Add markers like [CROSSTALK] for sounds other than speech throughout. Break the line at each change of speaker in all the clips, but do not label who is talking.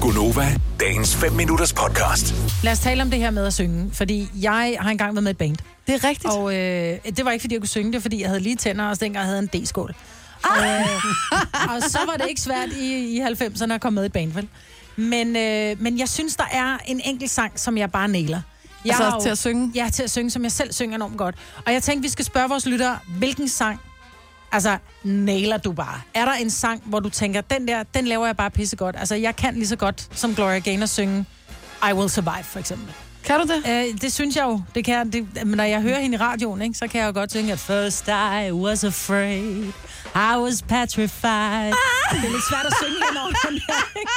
Gunova, dagens 5 minutters podcast.
Lad os tale om det her med at synge, fordi jeg har engang været med et band.
Det er rigtigt.
Og øh, det var ikke, fordi jeg kunne synge det, fordi jeg havde lige tænder, og så dengang havde jeg en D-skål. Ah! Øh, og så var det ikke svært i, i 90'erne at komme med i et band, vel? Men, øh, men jeg synes, der er en enkelt sang, som jeg bare næler. Jeg
Altså
har jo-
til at synge?
Ja, til at synge, som jeg selv synger enormt godt. Og jeg tænkte, vi skal spørge vores lyttere, hvilken sang Altså, nailer du bare. Er der en sang, hvor du tænker, den der, den laver jeg bare pissegodt. Altså, jeg kan lige så godt som Gloria Gaynor synge I Will Survive, for eksempel.
Kan du det?
Øh, det synes jeg jo. Det kan, jeg- det, men når jeg hører hende i radioen, ikke, så kan jeg jo godt synge, at First I was afraid, I was
Ah!
petrified. Det er lidt svært at synge hende over den her, ikke?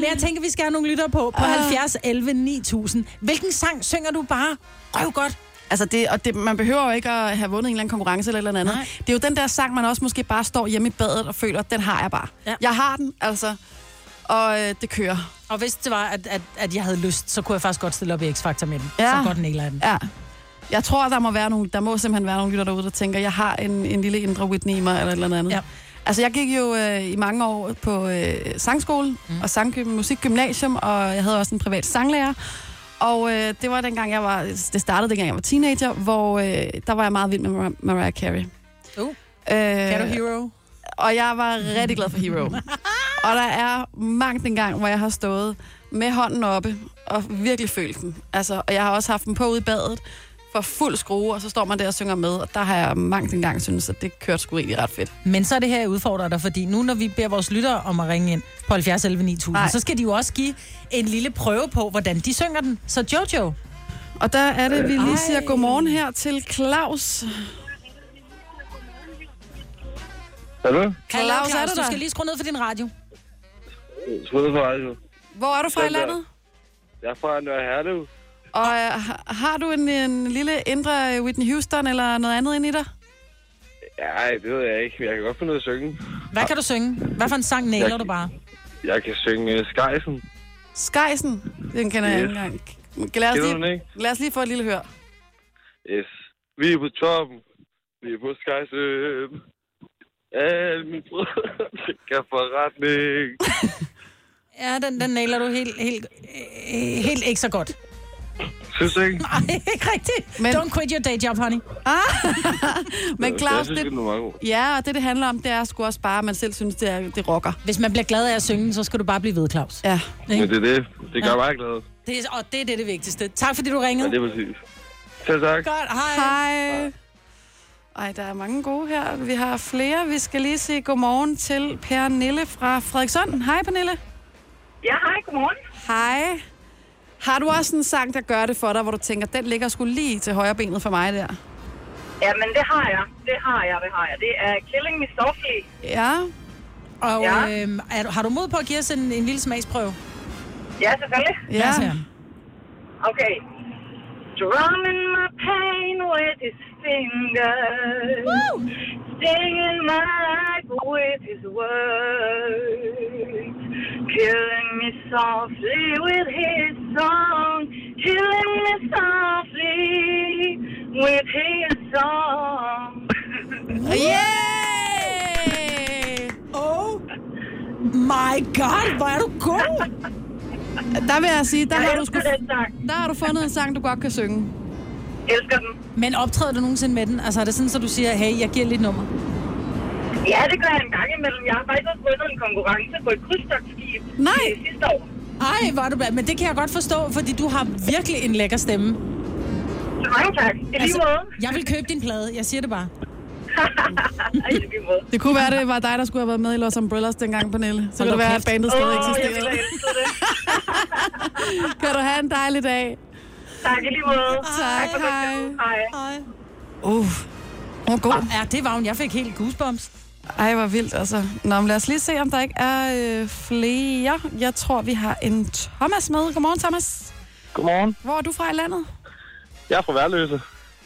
Men jeg tænker, vi skal have nogle lyttere på
Ah.
på 70 11 9000. Hvilken sang synger du bare røv godt?
Altså det, og det, man behøver jo ikke at have vundet en eller anden konkurrence eller noget andet.
Nej.
Det er jo den der sang, man også måske bare står hjemme i badet og føler, den har jeg bare.
Ja.
Jeg har den, altså. Og øh, det kører.
Og hvis det var, at, at, at jeg havde lyst, så kunne jeg faktisk godt stille op i X-Factor med den.
Ja.
Så godt nailer jeg den.
Ja. Jeg tror, der må, være nogle, der må simpelthen være nogle lytter derude, der tænker, jeg har en, en lille indre Whitney i mig, eller et eller andet.
Ja.
Altså, jeg gik jo øh, i mange år på øh, sangskole mm. og sang musikgymnasium, og jeg havde også en privat sanglærer. Og øh, det var dengang, jeg var, det startede dengang, jeg var teenager, hvor øh, der var jeg meget vild med Mar- Mariah Carey.
Uh,
Øh,
Kan du Hero?
og jeg var rigtig glad for
[LAUGHS]
Hero. og der er mange en gang, hvor jeg har stået med hånden oppe og virkelig følt den. Altså, og jeg har også haft den på ude i badet for fuld skrue, og så står man der og synger med, og der har jeg mange en gang synes, at det kørte sgu egentlig ret fedt.
Men så er det her, jeg udfordrer dig, fordi nu når vi beder vores lyttere om at ringe ind på 70 11 9000,
Nej.
så skal de jo også give en lille prøve på, hvordan de synger den. Så Jojo,
Og der er det, vi lige siger
Ej.
godmorgen her til Claus.
Hallo?
Hallo,
Claus, er du
du
der?
skal lige skrue ned for din radio.
Skuddet på radio.
Hvor er du fra i
Den der.
landet?
Jeg er fra Nørre Herlev.
Og øh, har- har du en, en lille indre Whitney Houston eller noget andet ind i dig?
Nej, det ved jeg ikke, men jeg kan godt finde ud af at synge.
Hvad kan du synge? Hvad for en sang næler du bare?
Jeg kan synge uh, Skejsen.
Skejsen, den kender jeg
Yes.
ikke engang. Lad os,
Kender du den
lige,
ikke?
lad os lige få et lille hør.
Yes. Vi er på toppen. Vi er på Skejsen. Alle mine brødre [LAUGHS] kan forretning.
Ja, den, den næler du helt, helt, øh, helt ikke så [LAUGHS] godt.
Synes du ikke?
Nej, ikke rigtigt. Men...
Men-
Don't quit your day job, honey.
Men Claus,
Jeg synes,
det,
det er mange ord.
Ja, og det, det handler om, det er sgu også bare, at man selv synes, det, er, det rocker.
Hvis man bliver glad af at synge, den, så skal du bare blive ved, Claus.
Ja.
Men det er det. Det gør mig glad.
Det er, og det er det, det vigtigste. Tak fordi du
Ja,
ringede.
det er præcis. Selv tak.
Godt, hej.
Hej. Ej, der er mange gode her. Vi har flere. Vi skal lige sige godmorgen til Pernille fra Frederikssund. Hej, Pernille.
Ja, hej, godmorgen.
Hej. Har du også en sang, der gør det for dig, hvor du tænker, den ligger sgu lige til højre benet for mig der?
Jamen, det har jeg. Det har jeg, det har jeg. Det er Killing Me Softly.
Ja.
Og
Ja.
øh, er, du- har du mod på at give os en, en lille smagsprøve?
Ja, selvfølgelig.
Lad
Ja.
os høre.
Okay. Drumming my pain with his fingers. Singing my life with his words. Killing me softly with his song. Killing me softly with his song.
Yeah!
Oh my god, hvor er du god!
Der vil jeg sige, der har,
Jeg
du sgu,
elsker den sang.
der har du fundet en sang, du godt kan synge.
Elsker den.
Men optræder du nogensinde med den? Altså er det sådan, så du siger, hey, jeg giver lidt nummer?
Ja, det gør jeg en gang imellem. Jeg har faktisk også vundet en konkurrence på et krydstogtskib
Nej.
øh, sidste år.
Ej, hvor er du bad. Men det kan jeg godt forstå, fordi du har virkelig en lækker stemme. Altså,
Så mange tak. I lige
Altså,
måde.
jeg vil købe din plade, jeg siger det bare.
Ej, I lige måde.
Det kunne være, det var dig, der skulle have været med i Los Umbrellas dengang, Pernille.
Hold
Så kunne det
da
være, at
kæft.
bandet
Åh,
stadig
jeg ville
eksisterede.
have elsket det.
Kan du have en dejlig dag.
Tak i lige måde.
[LAUGHS] Tak,
for
hej.
det. Hej.
Uh, hun er god.
Ja, det var hun. Jeg fik helt goosebumps.
Ej, hvor vildt altså. Nå, men lad os lige se, om der ikke er øh, flere. Jeg tror, vi har en Thomas med. Godmorgen, Thomas.
Godmorgen.
Hvor er du fra i landet?
Jeg er fra Værløse.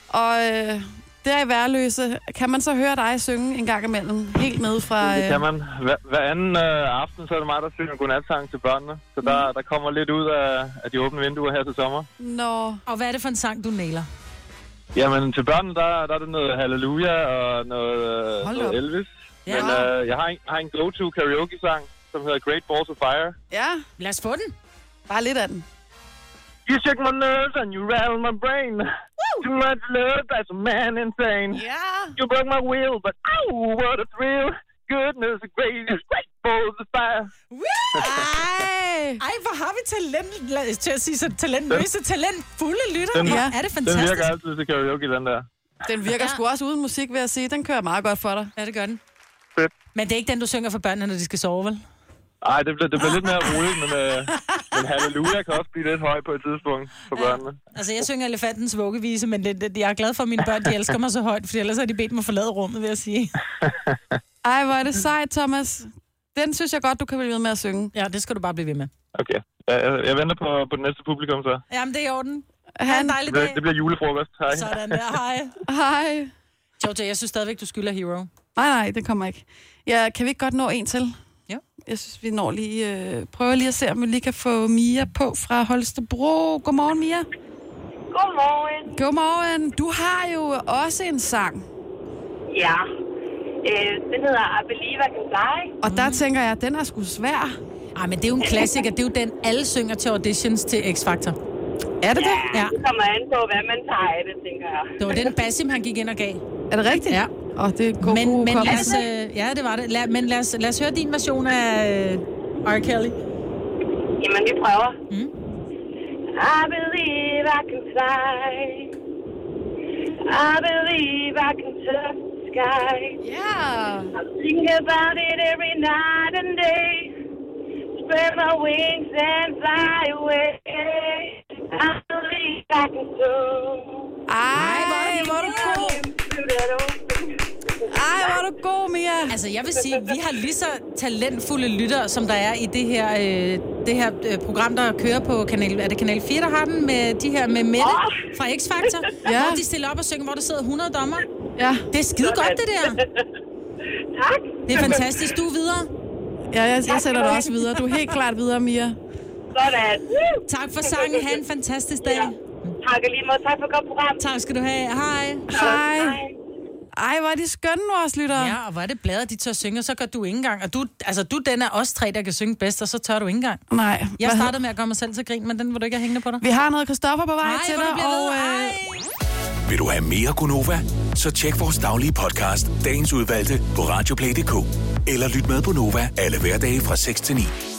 Og øh, der i Værløse, kan man så høre dig synge en gang imellem? Helt ned fra...
Det
Øh...
kan man. Hver, hver anden øh, aften, så er det mig, der synger godnatsang til børnene. Så der, der kommer lidt ud af, af de åbne vinduer her til sommer.
Nå,
Og hvad er det for en sang, du næler?
Jamen, til børnene, der, der er det noget Halleluja og noget, øh,
Hold
noget
op.
Elvis.
Ja.
Men øh, jeg har en, har en go-to karaoke-sang, som hedder Great Balls of Fire.
Ja,
Lad os få den.
bare lidt af den.
You shook my nerves and you rattled my brain. Too much love, that's a man insane.
Ja.
You broke my will, but oh, what a thrill. Goodness gracious, Great Balls of Fire.
Ej.
Ej, hvor har vi talent, la- til at sige så talentløse, talentfulde lytter.
Den-
ja. Er det
Den
fantastisk?
virker altid til karaoke, den der.
Den virker sgu også uden musik, vil jeg sige. Den kører meget godt for dig.
Ja, det gør den.
Fedt.
Men det er ikke den, du synger for børnene, når de skal sove, vel?
Ej, det blev, det blev lidt mere roligt, men, øh, men halleluja kan også blive lidt høj på et tidspunkt for børnene.
Altså, jeg synger elefantens vuggevise, men det, det, jeg er glad for, at mine børn, de elsker mig så højt, for ellers har de bedt mig forlade rummet, vil jeg sige.
Ej, hvor er det sejt, Thomas. Den synes jeg godt, du kan blive ved med at synge.
Ja, det skal du bare blive ved med.
Okay. Jeg, jeg, jeg venter på, på det næste publikum så.
Jamen, det er i orden. Ha' en
Han,
Det
dejlig
bliver,
dag.
det bliver julefrokost. Hej.
Sådan der, hej.
hej.
Jojo, jeg synes stadigvæk, du skylder Hero.
Nej, nej, det kommer ikke. Ja, kan vi ikke godt nå en til?
Ja.
Jeg synes, vi når lige... Øh, prøver lige at se, om vi lige kan få Mia på fra Holstebro. Godmorgen, Mia.
Godmorgen.
Godmorgen. Du har jo også en sang.
Ja. Øh, den hedder I Believe I Can Fly.
Og der
Mm.
tænker jeg, at den er sgu svær.
Ej, men det er jo en klassiker. Det er jo den, alle synger til auditions til X-Factor.
Er det det?
Ja.
Det kommer an på, hvad man tager af det, tænker jeg.
Det var den Basim, han gik ind og gav.
Er det rigtigt?
Ja.
Og det er god,
Men,
god
men lad
hukommelse.
os, øh, ja, det var det. Lad, men lad os, lad os høre din version af øh, R. Kelly.
Jamen, vi prøver.
Mm.
I believe I can fly. I believe I can touch the sky.
Ja.
I think about it every night and day. Spread my wings and fly away. I believe I can soar.
Ej, hvor er du, hvor er du god. Ej, hvor er du god, Mia.
Altså, jeg vil sige, vi har lige så talentfulde lyttere, som der er i det her, øh, det her øh, program, der kører på kanal... Er det kanal 4, der har den? Med de her med Mette fra X-Factor.
Ja.
ja. Hvor de stiller op og synger, hvor der sidder 100 dommer.
Ja,
Det er skide godt, det der.
Tak.
Det er fantastisk. Du er videre.
ja jeg, jeg sender dig også videre. Du er helt klart videre,
[LAUGHS]
Mia.
Sådan. Woo!
Tak for sangen. Ha' en fantastisk dag.
Ja. Tak og lige måde. Tak for et godt program.
Tak skal du have. Hej.
Hej. Ej, hvor er de skønne, vores lyttere.
Ja, og hvor er det bladet, de tør synge, og så gør du ikke engang. Og du, altså, du den er os tre, der kan synge bedst, og så tør du ikke engang.
Nej.
Jeg
hvad-
startede med at gøre mig selv til grin, men den vil du ikke have hængende på dig.
Vi har noget Christoffer på vej
Ej,
til
hvor
dig.
du bliver
og,
ved.
øh,
Ej.
Vil du have mere Gunova? Så tjek vores daglige podcast, dagens udvalgte, på radioplay.dk. Eller lyt med på Nova alle hverdage fra 6 til 9.